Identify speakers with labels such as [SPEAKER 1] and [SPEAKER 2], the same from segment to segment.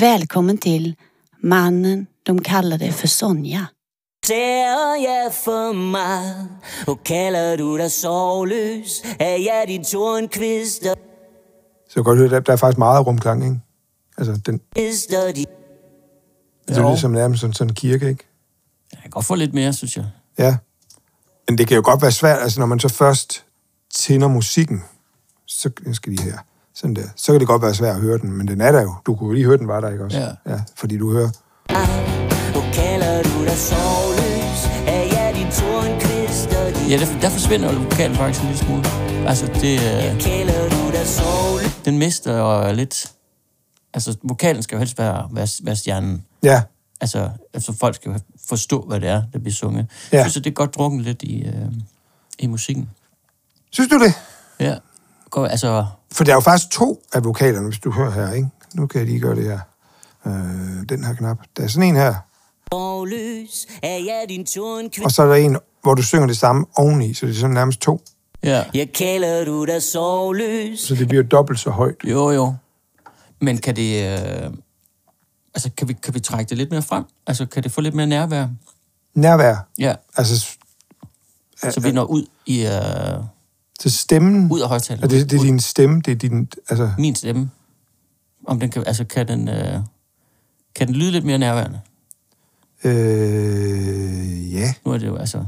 [SPEAKER 1] Välkommen till mannen de kallade för Sonja.
[SPEAKER 2] Ser jeg for meget, og kalder du dig sovløs, er jeg din tornkvist og
[SPEAKER 3] Så jeg kan godt høre, der, der er faktisk meget rumklang, ikke? Altså, den,
[SPEAKER 2] kvist og din
[SPEAKER 3] det ligesom- lyder som nærmest sådan, sådan en kirke, ikke?
[SPEAKER 4] Jeg kan godt få lidt mere, synes jeg.
[SPEAKER 3] Ja. Men det kan jo godt være svært, altså når man så først tænder musikken, så den skal de her, sådan der, så kan det godt være svært at høre den, men den er der jo. Du kunne jo lige høre, den var der, ikke også?
[SPEAKER 4] Ja.
[SPEAKER 3] ja fordi du hører,
[SPEAKER 2] og kalder du dig sovløs, er jeg din tornkvist og din
[SPEAKER 4] Ja, der, der forsvinder jo vokalen faktisk en lille smule. Altså, det, øh,
[SPEAKER 2] kalder du dig sovløs.
[SPEAKER 4] den mister jo lidt... Altså, vokalen skal jo helst være, være, være stjernen.
[SPEAKER 3] ja,
[SPEAKER 4] Altså, altså, folk skal jo forstå, hvad det er, der bliver sunget.
[SPEAKER 3] Ja.
[SPEAKER 4] Jeg synes, at det er godt drukket lidt i, øh, i musikken.
[SPEAKER 3] synes du det?
[SPEAKER 4] Ja. Godt, altså,
[SPEAKER 3] For der er jo faktisk to af vokalerne, hvis du hører her, ikke? Nu kan jeg lige gøre det her. Øh, den her knap. Der er sådan en her,
[SPEAKER 2] Sovløs, er jeg din tornkvist.
[SPEAKER 3] og så er der en, hvor du synger det samme oveni, så det er sådan nærmest to.
[SPEAKER 4] ja.
[SPEAKER 2] Jeg kalder du dig sovløs,
[SPEAKER 3] Så det bliver dobbelt så højt.
[SPEAKER 4] Jo, jo. Men kan det... Øh, altså, kan vi, kan vi trække det lidt mere frem? Altså, kan det få lidt mere nærvær?
[SPEAKER 3] Nærvær.
[SPEAKER 4] Ja.
[SPEAKER 3] Altså, s-
[SPEAKER 4] Så vi når ud i... Øh,
[SPEAKER 3] så stemmen.
[SPEAKER 4] ud af
[SPEAKER 3] Ja,
[SPEAKER 4] højtalerne.
[SPEAKER 3] det, det er din stemme, det er din, altså,
[SPEAKER 4] min stemme, om den kan, altså kan den, øh, kan den lyde lidt mere nærværende?
[SPEAKER 3] øh, ja,
[SPEAKER 4] Nu er det jo altså,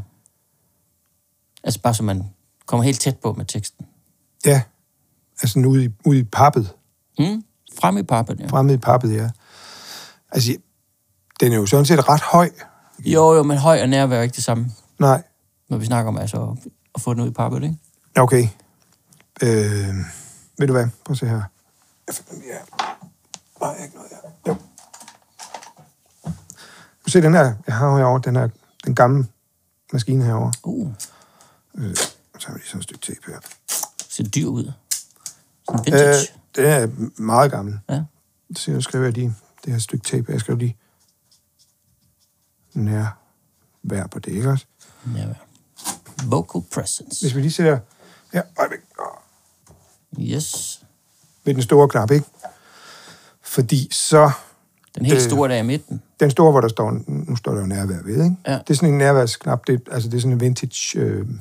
[SPEAKER 4] altså bare så man kommer helt tæt på med teksten.
[SPEAKER 3] ja, altså nu ude i, ude i pappet,
[SPEAKER 4] Mm? Frem i pappen, ja.
[SPEAKER 3] fremme i pappet, ja. Altså, den er jo sådan set ret høj,
[SPEAKER 4] Jo, jo, men høj og nærvær er ikke det samme,
[SPEAKER 3] nej,
[SPEAKER 4] når vi snakker om altså at få den ud i pappet, ikke?
[SPEAKER 3] okay, øh, ved du hvad, prøv at se her. Ja. Nej, ikke noget her. Jo. Du se den her, jeg har herovre, den her, den gamle maskine herovre.
[SPEAKER 4] Uh,
[SPEAKER 3] Øh, så har vi lige sådan et stykke tape her.
[SPEAKER 4] ser dyr ud. Sådan
[SPEAKER 3] Øh,
[SPEAKER 4] vintage.
[SPEAKER 3] den er meget gammel.
[SPEAKER 4] Ja.
[SPEAKER 3] Så nu skriver jeg lige det her stykke tape. Jeg skriver lige nærvær på det, ikke også?
[SPEAKER 4] Nærvær. Vocal presence.
[SPEAKER 3] Hvis vi lige sætter her øjeblik, åh,
[SPEAKER 4] Yes.
[SPEAKER 3] ved den store knap, ikke? Fordi så...
[SPEAKER 4] Den helt
[SPEAKER 3] Øh.
[SPEAKER 4] store der i midten.
[SPEAKER 3] Den store, hvor der står... Nu står der jo nærvær ved, ikke?
[SPEAKER 4] Ja.
[SPEAKER 3] Det er sådan en nærværsknap. Det, altså, det er sådan en vintage... Øh,
[SPEAKER 4] Skal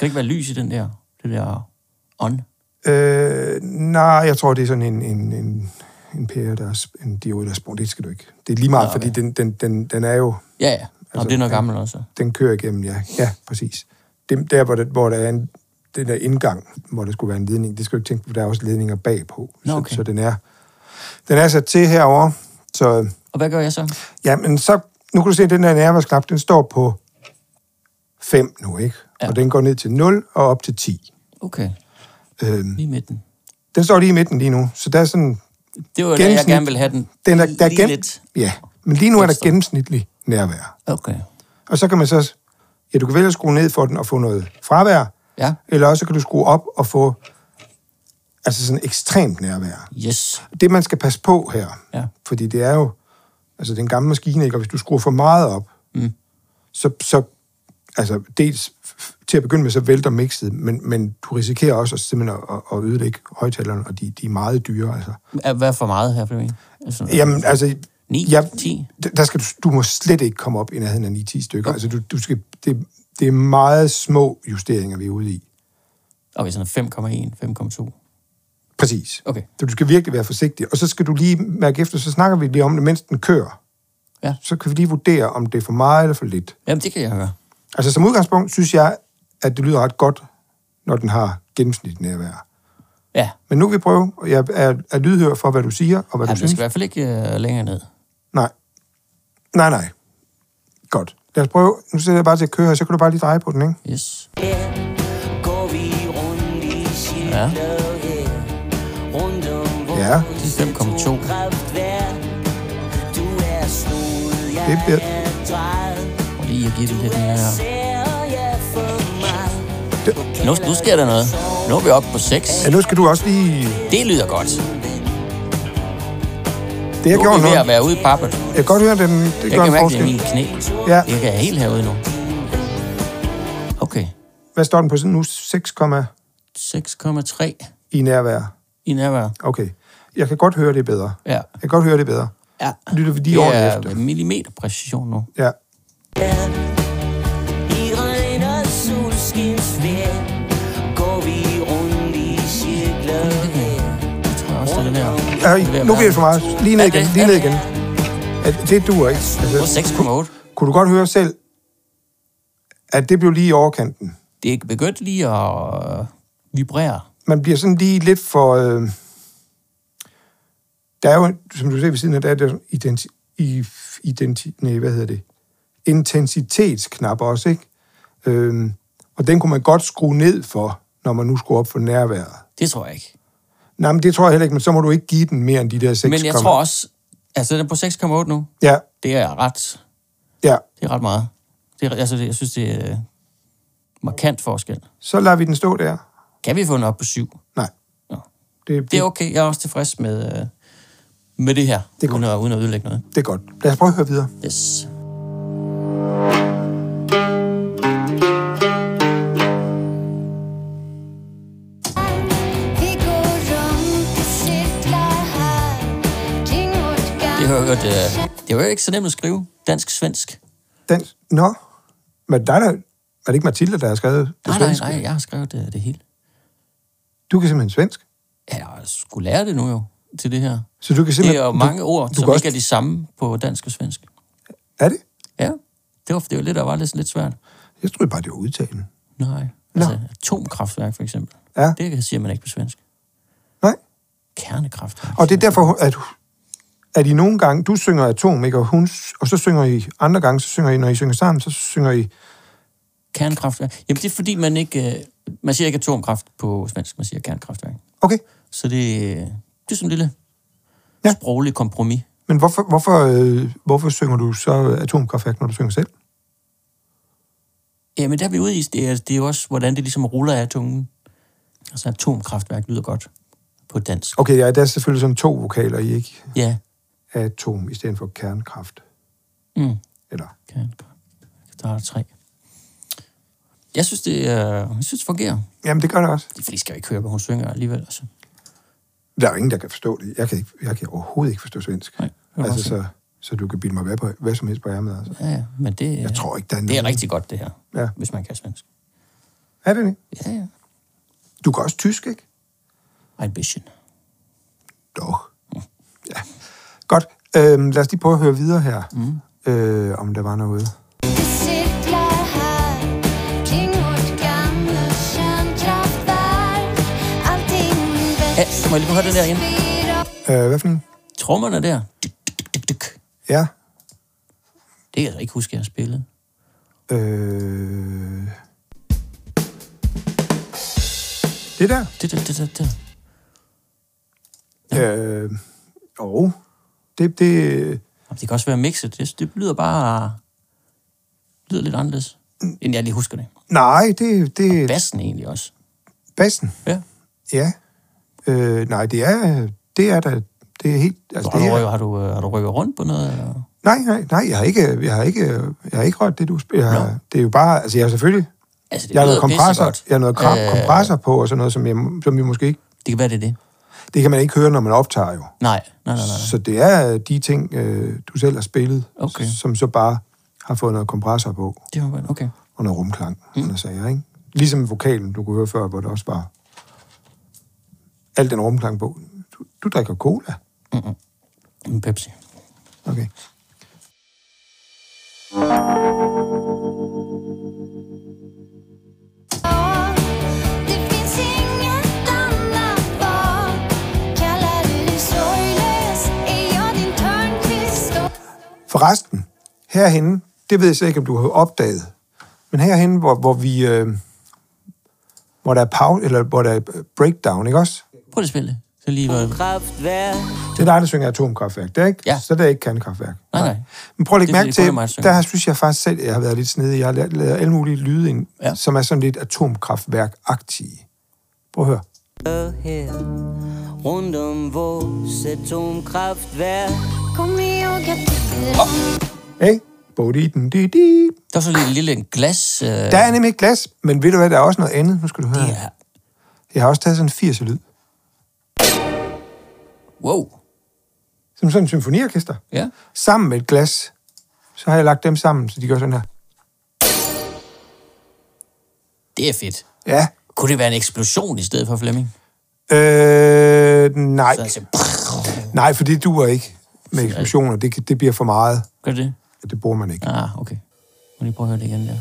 [SPEAKER 4] der ikke være lys i den der, det der on?
[SPEAKER 3] øh, nej, jeg tror, det er sådan en... en, en en pære, der er, sp- en diode, der er sprunget. Det skal du ikke. Det er lige meget,
[SPEAKER 4] Nå,
[SPEAKER 3] fordi
[SPEAKER 4] okay.
[SPEAKER 3] den, den, den, den er jo...
[SPEAKER 4] Ja, ja. Nå,
[SPEAKER 3] Altså,
[SPEAKER 4] det er noget
[SPEAKER 3] ja.
[SPEAKER 4] gammelt også.
[SPEAKER 3] den kører igennem, ja. Ja, præcis. Det, der, hvor, det, hvor der er en, den der indgang, hvor der skulle være en ledning, det skal du ikke tænke på, for der er også ledninger bagpå.
[SPEAKER 4] Nå,
[SPEAKER 3] Så-
[SPEAKER 4] okay.
[SPEAKER 3] Så, den er, den er sat til herover. Så,
[SPEAKER 4] Og hvad gør jeg så?
[SPEAKER 3] ja, men så, nu kan du se, at den der nærværsknap, den står på 5 nu, ikke?
[SPEAKER 4] Ja.
[SPEAKER 3] Ja. Og den går ned til 0 og op til 10.
[SPEAKER 4] Okay,
[SPEAKER 3] Øhm,
[SPEAKER 4] lige i midten.
[SPEAKER 3] den står lige i midten lige nu, så der er sådan...
[SPEAKER 4] Det var jo der, jeg
[SPEAKER 3] Gennemsnit.
[SPEAKER 4] gerne ville have den.
[SPEAKER 3] Den er, der er
[SPEAKER 4] lige
[SPEAKER 3] gennem,
[SPEAKER 4] lidt.
[SPEAKER 3] ja, men lige nu er der
[SPEAKER 4] Ekstra.
[SPEAKER 3] gennemsnitlig nærvær.
[SPEAKER 4] Okay.
[SPEAKER 3] Og så kan man så... Ja, du kan vælge at skrue ned for den og få noget fravær,
[SPEAKER 4] Ja.
[SPEAKER 3] eller også kan du skrue op og få altså sådan ekstremt nærvær.
[SPEAKER 4] Yes.
[SPEAKER 3] Det, man skal passe på her,
[SPEAKER 4] Ja.
[SPEAKER 3] fordi det er jo, altså den gamle maskine, ikke? og hvis du skruer for meget op,
[SPEAKER 4] Mm.
[SPEAKER 3] så, så altså dels f- til at begynde med, så vælter mixet, men, men du risikerer også at simpelthen at, at ødelægge højtalerne, og de, de er meget dyre. Altså.
[SPEAKER 4] Er- Hvad er for meget her, Flemming? Altså,
[SPEAKER 3] Jamen, altså...
[SPEAKER 4] 9,
[SPEAKER 3] jeg-
[SPEAKER 4] 10?
[SPEAKER 3] d- Der skal du, du må slet ikke komme op i nærheden af 9-10 stykker. Altså, du, du skal, det, det er meget små justeringer, vi er ude i.
[SPEAKER 4] Okay, sådan 5,1, 5,2.
[SPEAKER 3] Præcis.
[SPEAKER 4] Okay.
[SPEAKER 3] Så du skal virkelig være forsigtig. Og så skal du lige mærke efter, så snakker vi lige om det, mens den kører.
[SPEAKER 4] Ja.
[SPEAKER 3] Så kan vi lige vurdere, om det er for meget eller for lidt.
[SPEAKER 4] Jamen, det kan jeg høre.
[SPEAKER 3] Altså som udgangspunkt synes jeg, at det lyder ret godt, når den har gennemsnit nærvær.
[SPEAKER 4] Ja.
[SPEAKER 3] Men nu vil vi prøve, og jeg er, er lydhør for, hvad du siger og hvad
[SPEAKER 4] Jamen,
[SPEAKER 3] du
[SPEAKER 4] det
[SPEAKER 3] synes.
[SPEAKER 4] skal i hvert fald ikke øh, længere ned.
[SPEAKER 3] Nej. Nej, nej. Godt. Lad os prøve. Nu sætter jeg bare til at køre her, så kan du bare lige dreje på den, ikke?
[SPEAKER 4] Yes.
[SPEAKER 2] Her går vi rundt i cirkler her. Rundt om vores
[SPEAKER 3] Ja.
[SPEAKER 4] Det er 5,2.
[SPEAKER 2] atomkraftværk. Du er snoet, jeg
[SPEAKER 3] Det er bedre.
[SPEAKER 2] er drejet.
[SPEAKER 4] Og lige at give det lidt mere.
[SPEAKER 2] Ser jeg for mig.
[SPEAKER 4] Nu, nu sker der noget. Nu er vi oppe på 6.
[SPEAKER 3] Ja, nu skal du også lige...
[SPEAKER 4] Det lyder godt.
[SPEAKER 3] Det
[SPEAKER 4] Nu
[SPEAKER 3] jeg
[SPEAKER 4] er
[SPEAKER 3] gjorde
[SPEAKER 4] vi
[SPEAKER 3] nu.
[SPEAKER 4] ved at være ude i pappet.
[SPEAKER 3] Jeg kan godt høre, den, det
[SPEAKER 4] Jeg
[SPEAKER 3] gør
[SPEAKER 4] kan
[SPEAKER 3] en
[SPEAKER 4] mærke det i mine
[SPEAKER 3] forskel.
[SPEAKER 4] knæ.
[SPEAKER 3] Ja.
[SPEAKER 4] Jeg kan helt herude nu. Okay.
[SPEAKER 3] Hvad står den på sådan nu? 6,
[SPEAKER 4] 6,3
[SPEAKER 3] i nærvær.
[SPEAKER 4] i nærvær.
[SPEAKER 3] Okay. jeg kan godt høre det bedre.
[SPEAKER 4] Ja.
[SPEAKER 3] Jeg kan godt høre det bedre.
[SPEAKER 4] ja.
[SPEAKER 3] Lytter vi lige
[SPEAKER 4] Det
[SPEAKER 3] ordentligt
[SPEAKER 4] er
[SPEAKER 3] efter.
[SPEAKER 4] millimeterpræcision nu.
[SPEAKER 3] Ja.
[SPEAKER 2] I regn og solskinsvejr går vi rundt i cirkler her.
[SPEAKER 4] Jeg tror jeg også, det er det værd.
[SPEAKER 3] Ej, nu bliver det for meget. Lige ned
[SPEAKER 4] Er det-
[SPEAKER 3] igen, lige
[SPEAKER 4] er
[SPEAKER 3] ned
[SPEAKER 4] det-
[SPEAKER 3] igen. Ja, Det duer ikke. Altså,
[SPEAKER 4] 6,8.
[SPEAKER 3] kunne du godt høre selv, at det blev lige i overkanten?
[SPEAKER 4] Det er begyndt lige at øh, vibrere.
[SPEAKER 3] Man bliver sådan lige lidt for... Øh, der er jo, som du ser ved siden af, der er der sådan identi, i, identi, nej, hvad hedder det? intensitetsknap også, ikke? Øh, og den kunne man godt skrue ned for, når man nu skulle op for nærværet.
[SPEAKER 4] Det tror jeg ikke.
[SPEAKER 3] Nej, men det tror jeg heller ikke, men så må du ikke give den mere end de der 6,
[SPEAKER 4] Men jeg tror også, altså den er på 6,8 nu.
[SPEAKER 3] Ja,
[SPEAKER 4] Det er ret,
[SPEAKER 3] ja.
[SPEAKER 4] det er ret meget. Det er, altså, det, jeg synes, det er øh, markant forskel.
[SPEAKER 3] Så lader vi den stå der.
[SPEAKER 4] Kan vi få den op på 7?
[SPEAKER 3] Nej,
[SPEAKER 4] Nå.
[SPEAKER 3] det,
[SPEAKER 4] Det er okay. Jeg er også tilfreds med, øh, med det her, det
[SPEAKER 3] er
[SPEAKER 4] uden, at, uden at ødelægge noget.
[SPEAKER 3] det er godt. Lad os prøve at høre videre.
[SPEAKER 4] Yes.
[SPEAKER 5] Vi går rundt i cirklar her kring vårt
[SPEAKER 4] Det
[SPEAKER 5] gamle
[SPEAKER 4] har jeg hørt, øh, det var jo ikke så nemt at skrive dansk-svensk.
[SPEAKER 3] Den, nå, men der er, der- er det ikke Mathilde, der har skrevet det
[SPEAKER 4] Nej, nej,
[SPEAKER 3] svenske?
[SPEAKER 4] nej, jeg har skrevet øh, det, det hele.
[SPEAKER 3] Du kan simpelthen svensk.
[SPEAKER 4] Ja, jeg skulle lære det nu jo, til det her.
[SPEAKER 3] Så du kan
[SPEAKER 4] Det
[SPEAKER 3] simpelthen...
[SPEAKER 4] er jo mange
[SPEAKER 3] du,
[SPEAKER 4] ord,
[SPEAKER 3] du kan
[SPEAKER 4] som ikke er
[SPEAKER 3] også-
[SPEAKER 4] de samme på dansk og svensk.
[SPEAKER 3] Er det?
[SPEAKER 4] Ja, det var, det var lidt, der var lidt, lidt svært.
[SPEAKER 3] Jeg troede bare, det var udtalen.
[SPEAKER 4] Nej. Altså, atomkraftværk for eksempel.
[SPEAKER 3] Ja.
[SPEAKER 4] Det siger man ikke på svensk.
[SPEAKER 3] Nej.
[SPEAKER 4] Kernekraftværk.
[SPEAKER 3] Og det er derfor, at, at I nogle gange, du synger atom, ikke? Og, hun, og så synger I andre gange, så synger I, når I synger sammen, så synger I...
[SPEAKER 4] Kernekraftværk. Jamen, det er fordi, man ikke... øh, Man siger ikke atomkraft på svensk, man siger kernekraftværk.
[SPEAKER 3] Okay,
[SPEAKER 4] Så det, øh, det er sådan en lille
[SPEAKER 3] Ja.
[SPEAKER 4] ja. sproglig kompromis.
[SPEAKER 3] men hvorfor, hvorfor, øh, hvorfor synger du så atomkraftværk, når du synger selv?
[SPEAKER 4] Jamen, der er vi ude i, det er, det er jo også, hvordan det ligesom ruller af tungen. Altså, atomkraftværk lyder godt på dansk.
[SPEAKER 3] Okay, ja, der er selvfølgelig sådan to vokaler, I ikke?
[SPEAKER 4] Ja,
[SPEAKER 3] Atom i stedet for kernekraft.
[SPEAKER 4] mm.
[SPEAKER 3] Eller...
[SPEAKER 4] kernekraft. Der er tre. Jeg synes, det, øh, jeg synes, det fungerer.
[SPEAKER 3] Jamen, det gør det også.
[SPEAKER 4] De fleste skal jo ikke høre, hvad hun synger alligevel. Altså.
[SPEAKER 3] Der er jo ingen, der kan forstå det. Jeg kan, ikke, jeg kan overhovedet ikke forstå svensk.
[SPEAKER 4] Nej, det kan jeg
[SPEAKER 3] altså,
[SPEAKER 4] godt se.
[SPEAKER 3] så, så du kan bilde mig hvad, på, hvad som helst på ærmet. Altså.
[SPEAKER 4] Ja, ja, men det,
[SPEAKER 3] Jeg tror ikke, der er
[SPEAKER 4] det er
[SPEAKER 3] nogen-
[SPEAKER 4] rigtig godt, det her,
[SPEAKER 3] Ja.
[SPEAKER 4] ja. hvis man kan svensk.
[SPEAKER 3] Er det det?
[SPEAKER 4] Ja, ja.
[SPEAKER 3] Du kan også tysk, ikke?
[SPEAKER 4] Ein bisschen.
[SPEAKER 3] Dog.
[SPEAKER 4] Mm.
[SPEAKER 3] Ja. Godt. Øhm, lad os lige prøve at høre videre her, mm. øh, om der var noget.
[SPEAKER 5] cirklar här kring vårt gamla kärnkraftverk Allting
[SPEAKER 4] Ja, må jeg lige høre den der igen?
[SPEAKER 5] växer upp
[SPEAKER 3] Øh, hvad for en?
[SPEAKER 4] Trommerne der, dyk, dyk, dyk, dyk.
[SPEAKER 3] Ja.
[SPEAKER 4] det kan jeg ikke huske, jeg har spillet.
[SPEAKER 3] Øh... Det der.
[SPEAKER 4] Det, det, det, det, det.
[SPEAKER 3] Øh... Jo. Det, det,
[SPEAKER 4] Jamen, Det kan også være mixet. Det, det lyder bare... Det lyder lidt anderledes, end jeg lige husker det.
[SPEAKER 3] nej, det, det er
[SPEAKER 4] Bassen egentlig også.
[SPEAKER 3] bassen.
[SPEAKER 4] Ja.
[SPEAKER 3] Ja. Øh, nej, det er, det er da, det er helt, altså
[SPEAKER 4] Så Har,
[SPEAKER 3] det
[SPEAKER 4] du,
[SPEAKER 3] er,
[SPEAKER 4] rykket- har, du, øh, har du rykket rundt på noget? Eller?
[SPEAKER 3] nej, nej, nej, jeg har ikke, jeg har ikke, jeg har ikke rørt det, du spiller. Jeg har- Det er jo bare, altså jeg har selvfølgelig,
[SPEAKER 4] Altså, det
[SPEAKER 3] jeg har noget
[SPEAKER 4] lyder
[SPEAKER 3] kompressor,
[SPEAKER 4] pissegodt.
[SPEAKER 3] jeg har noget kram,
[SPEAKER 4] Øh,
[SPEAKER 3] kompressor på og sådan noget, som jeg, som jeg måske ikke,
[SPEAKER 4] Det kan være, det er det.
[SPEAKER 3] det kan man ikke høre, når man optager jo.
[SPEAKER 4] Nej, nej, nej, nej.
[SPEAKER 3] Så det er de ting, øh, du selv har spillet,
[SPEAKER 4] Okay.
[SPEAKER 3] som så bare har fået noget kompressor på
[SPEAKER 4] Det var godt. Okay.
[SPEAKER 3] og noget rumklang, mm. og noget sager, ikke? Ligesom vokalen, du kunne høre før, hvor der også var al den rumklang på. Du, du drikker cola.
[SPEAKER 4] En Pepsi.
[SPEAKER 3] Okay.
[SPEAKER 5] Det finns inget annat val Kallar du dig sorglös är jag din törnqvist och
[SPEAKER 3] Forresten, herhenne, det ved jeg så ikke, om du har opdaget, men herhenne, hvor, hvor vi... Øh, hvor der er pause, eller hvor der er breakdown, ikke også?
[SPEAKER 4] Prøv lige at spille det. Så lige var...
[SPEAKER 2] Kraftværk
[SPEAKER 3] Det er dig, der synger atomkraftværk, det er ikke?
[SPEAKER 4] Ja.
[SPEAKER 3] Så det er ikke kernekraftværk.
[SPEAKER 4] Nej, nej.
[SPEAKER 3] Men prøv at lægge
[SPEAKER 4] Det er
[SPEAKER 3] mærke
[SPEAKER 4] fordi,
[SPEAKER 3] til,
[SPEAKER 4] kun er mig, der synger.
[SPEAKER 3] der synes jeg faktisk selv, jeg har været lidt snedig. Jeg har lavet- lavet alle mulige lyde ind, ja.
[SPEAKER 4] Ja.
[SPEAKER 3] som er sådan lidt atomkraftværk-agtige. Prøv at høre.
[SPEAKER 2] her rundt om vores atomkraftværk.
[SPEAKER 5] kom ihåg att du är
[SPEAKER 3] Hey. Bodi, den, di, di.
[SPEAKER 4] Der var så lige en lille glas... Øh,
[SPEAKER 3] Der er nemlig et glas, men ved du hvad, der er også noget andet. Nu skal du høre.
[SPEAKER 4] ja.
[SPEAKER 3] Jeg har også taget sådan en 80'er lyd.
[SPEAKER 4] Wow.
[SPEAKER 3] som sådan en symfoniorkester,
[SPEAKER 4] Ja.
[SPEAKER 3] sammen med et glas. Så har jeg lagt dem sammen, så de gør sådan her.
[SPEAKER 4] Det er fedt.
[SPEAKER 3] Ja.
[SPEAKER 4] Kunne det være en eksplosion i stedet for Flemming?
[SPEAKER 3] Øh, nej.
[SPEAKER 4] Så altså,
[SPEAKER 3] Nej, for det duer ikke med eksplosioner. Det, kan- det bliver for meget.
[SPEAKER 4] gør det det?
[SPEAKER 3] Det bruger man ikke.
[SPEAKER 4] Ah, okay. Må lige prøve at høre det igen der.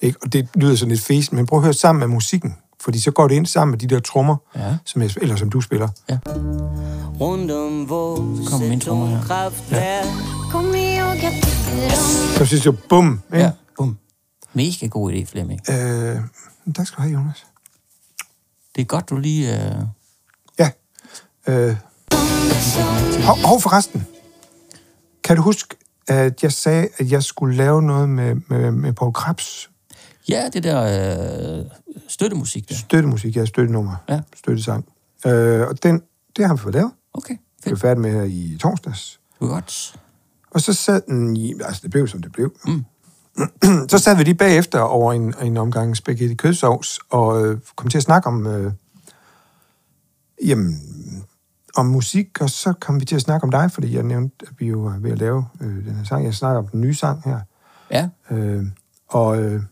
[SPEAKER 3] ikke? Og det lyder sådan lidt fesen, men prøv at høre sammen med musikken. Fordi så går det ind sammen med de der trommer,
[SPEAKER 4] Ja.
[SPEAKER 3] som jeg, eller som du spiller.
[SPEAKER 2] Rundt om vores
[SPEAKER 4] kommer mine trommer her.
[SPEAKER 2] atomkraftværk.
[SPEAKER 5] Kom ihåg at du blir om
[SPEAKER 3] Så synes jeg, bum. Ikke?
[SPEAKER 4] Ja, bum. Mega god idé, Flemming.
[SPEAKER 3] Øh, tak skal du have, Jonas.
[SPEAKER 4] Det er godt, du lige... Øh...
[SPEAKER 3] Ja. Øh,
[SPEAKER 5] det som
[SPEAKER 3] hov, hov forresten. Kan du huske, at jeg sagde, at jeg skulle lave noget med, med, med Paul Krabs
[SPEAKER 4] Ja, det der øh... støttemusik der.
[SPEAKER 3] støttemusik, ja, støttenummer,
[SPEAKER 4] Ja.
[SPEAKER 3] støttesang. Øh, og den, det har vi fået lavet.
[SPEAKER 4] Okay,
[SPEAKER 3] Det er
[SPEAKER 4] fedt.
[SPEAKER 3] færdig med her i torsdags.
[SPEAKER 4] Det var godt.
[SPEAKER 3] Og så sad den i, altså det blev som det blev. Mm. så sad vi lige bagefter over en, en omgang spaghetti kødsovs, og øh, kom til at snakke om, øh, jamen, om musik, og så kom vi til at snakke om dig, fordi jeg nævnte, at vi jo er ved at lave øh, den her sang. Jeg snakker om den nye sang her.
[SPEAKER 4] Ja,
[SPEAKER 3] Øh, og øh,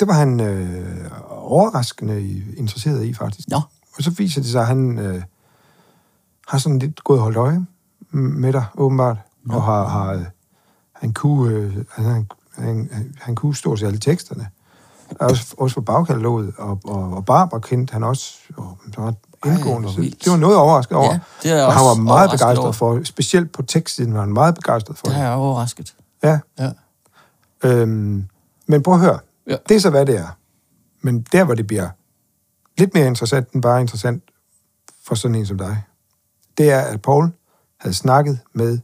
[SPEAKER 3] det var han øh, overraskende i- interesseret i, faktisk.
[SPEAKER 4] Nå.
[SPEAKER 3] Og så viser det sig, at han øh, har sådan lidt gået og holdt øje med dig, åbenbart. Nå. Og har, har, øh, han, kunne, øh, altså, han, han, han- han kunne stå til alle teksterne. Også, også på bagkataloget, og, og, og Barbara kendte han også og så ret indgående.
[SPEAKER 4] hvor
[SPEAKER 3] Så
[SPEAKER 4] vildt.
[SPEAKER 3] det var noget overrasket over.
[SPEAKER 4] Ja, det er jeg
[SPEAKER 3] og han
[SPEAKER 4] også
[SPEAKER 3] var meget
[SPEAKER 4] overrasket
[SPEAKER 3] begejstret
[SPEAKER 4] over.
[SPEAKER 3] for. Specielt på tekstsiden var han meget begejstret for
[SPEAKER 4] det
[SPEAKER 3] det.
[SPEAKER 4] har jeg overrasket.
[SPEAKER 3] Ja.
[SPEAKER 4] Ja.
[SPEAKER 3] Øhm, men prøv at høre.
[SPEAKER 4] Ja.
[SPEAKER 3] Ja. Det er så, hvad det er. Men der, hvor det bliver lidt mere interessant end bare interessant for sådan en som dig, det er, at Paul havde snakket med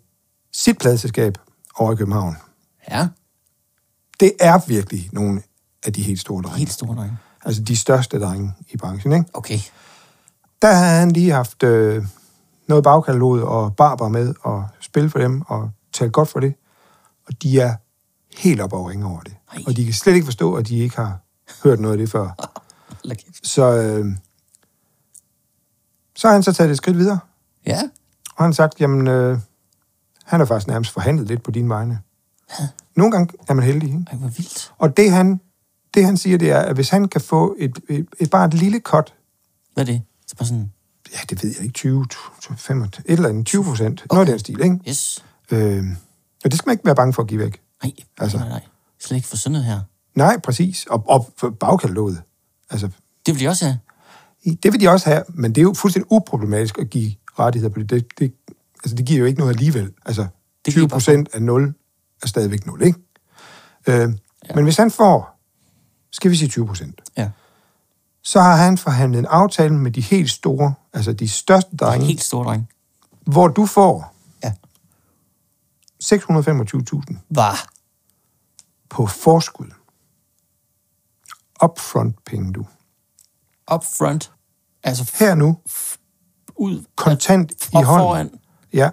[SPEAKER 3] sit pladselskab over i København.
[SPEAKER 4] Ja,
[SPEAKER 3] Det er virkelig nogle af de helt store drenge.
[SPEAKER 4] helt store drenge.
[SPEAKER 3] Altså de største drenge i branchen, ikke?
[SPEAKER 4] Okay.
[SPEAKER 3] Der havde han lige haft øh, noget bagkatalog og barber med og spille for dem og tale godt for det. Og de er helt op og ringe over det.
[SPEAKER 4] Ej.
[SPEAKER 3] Og de kan slet ikke forstå, at de ikke har hørt noget af det før.
[SPEAKER 4] Hold da kæft.
[SPEAKER 3] Så, øh, så har han så taget det skridt videre.
[SPEAKER 4] Ja,
[SPEAKER 3] Og han har sagt, jamen, øh, han har faktisk nærmest forhandlet lidt på dine vegne. Nogle gange er man heldig, ikke?
[SPEAKER 4] Ej, hvor vildt.
[SPEAKER 3] Og det han, det han siger, det er, at hvis han kan få et, et, et bare et lille cut
[SPEAKER 4] Hvad er det? Så bare sådan,
[SPEAKER 3] ja, det ved jeg ikke, 20, 25, et eller andet, 20 procent. Okay. Noget af den stil, ikke?
[SPEAKER 4] yes.
[SPEAKER 3] Øh, og det skal man ikke være bange for at give væk.
[SPEAKER 4] Nej, altså.
[SPEAKER 3] Altså.
[SPEAKER 4] nej, nej. Slet ikke for sådan noget her.
[SPEAKER 3] Nej, præcis. Og, og for bagkataloget. Altså,
[SPEAKER 4] Det vil de også have.
[SPEAKER 3] det vil de også have, men det er jo fuldstændig uproblematisk at give rettigheder på det. det, det altså, det giver jo ikke noget alligevel. Altså,
[SPEAKER 4] giver
[SPEAKER 3] 20
[SPEAKER 4] bare-
[SPEAKER 3] procent af 0 er stadigvæk 0, ikke? Øh, ja. Men hvis han får, skal vi sige 20 procent,
[SPEAKER 4] Ja.
[SPEAKER 3] så har han forhandlet en aftale med de helt store, altså de største drenge,
[SPEAKER 4] Helt store drenge.
[SPEAKER 3] hvor du får
[SPEAKER 4] Ja.
[SPEAKER 3] 625.000
[SPEAKER 4] Var.
[SPEAKER 3] på forskud. Upfront penge, du.
[SPEAKER 4] Up front. Altså f-
[SPEAKER 3] Her nu,
[SPEAKER 4] ud.
[SPEAKER 3] kontant i
[SPEAKER 4] Op
[SPEAKER 3] hånden.
[SPEAKER 4] foran.
[SPEAKER 3] Ja.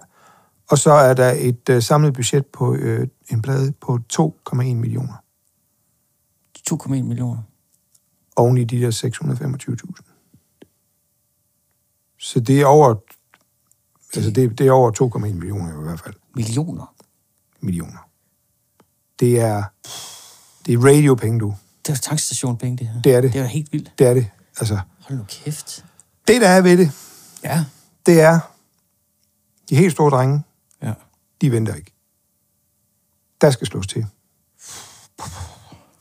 [SPEAKER 3] Og så er der et øh, samlet budget på øh, en plade på 2,1 millioner.
[SPEAKER 4] 2,1 millioner.
[SPEAKER 3] Oven i de der 625.000. Så det er over... Altså, det, det er over 2,1 millioner i hvert fald.
[SPEAKER 4] Millioner.
[SPEAKER 3] Millioner. Det er... Det er radiopenge, du.
[SPEAKER 4] Det er jo tankstationpenge, det her.
[SPEAKER 3] Det er det.
[SPEAKER 4] Det er jo helt vildt.
[SPEAKER 3] Det er det. Altså,
[SPEAKER 4] Hold nu kæft.
[SPEAKER 3] det der er ved det,
[SPEAKER 4] Ja.
[SPEAKER 3] det er... De helt store drenge,
[SPEAKER 4] Ja.
[SPEAKER 3] de venter ikke. Der skal slås til.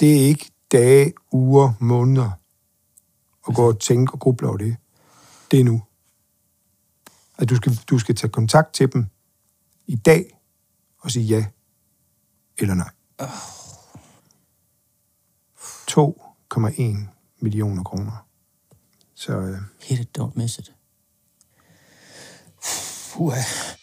[SPEAKER 3] Det er ikke dage, uger, måneder at gå og tænke og gruble over det. Det er nu. At du skal, du skal tage kontakt til dem i dag og sige ja eller nej. 2,1 millioner kroner. Så øh,
[SPEAKER 4] Hit it, don't miss it. Puh,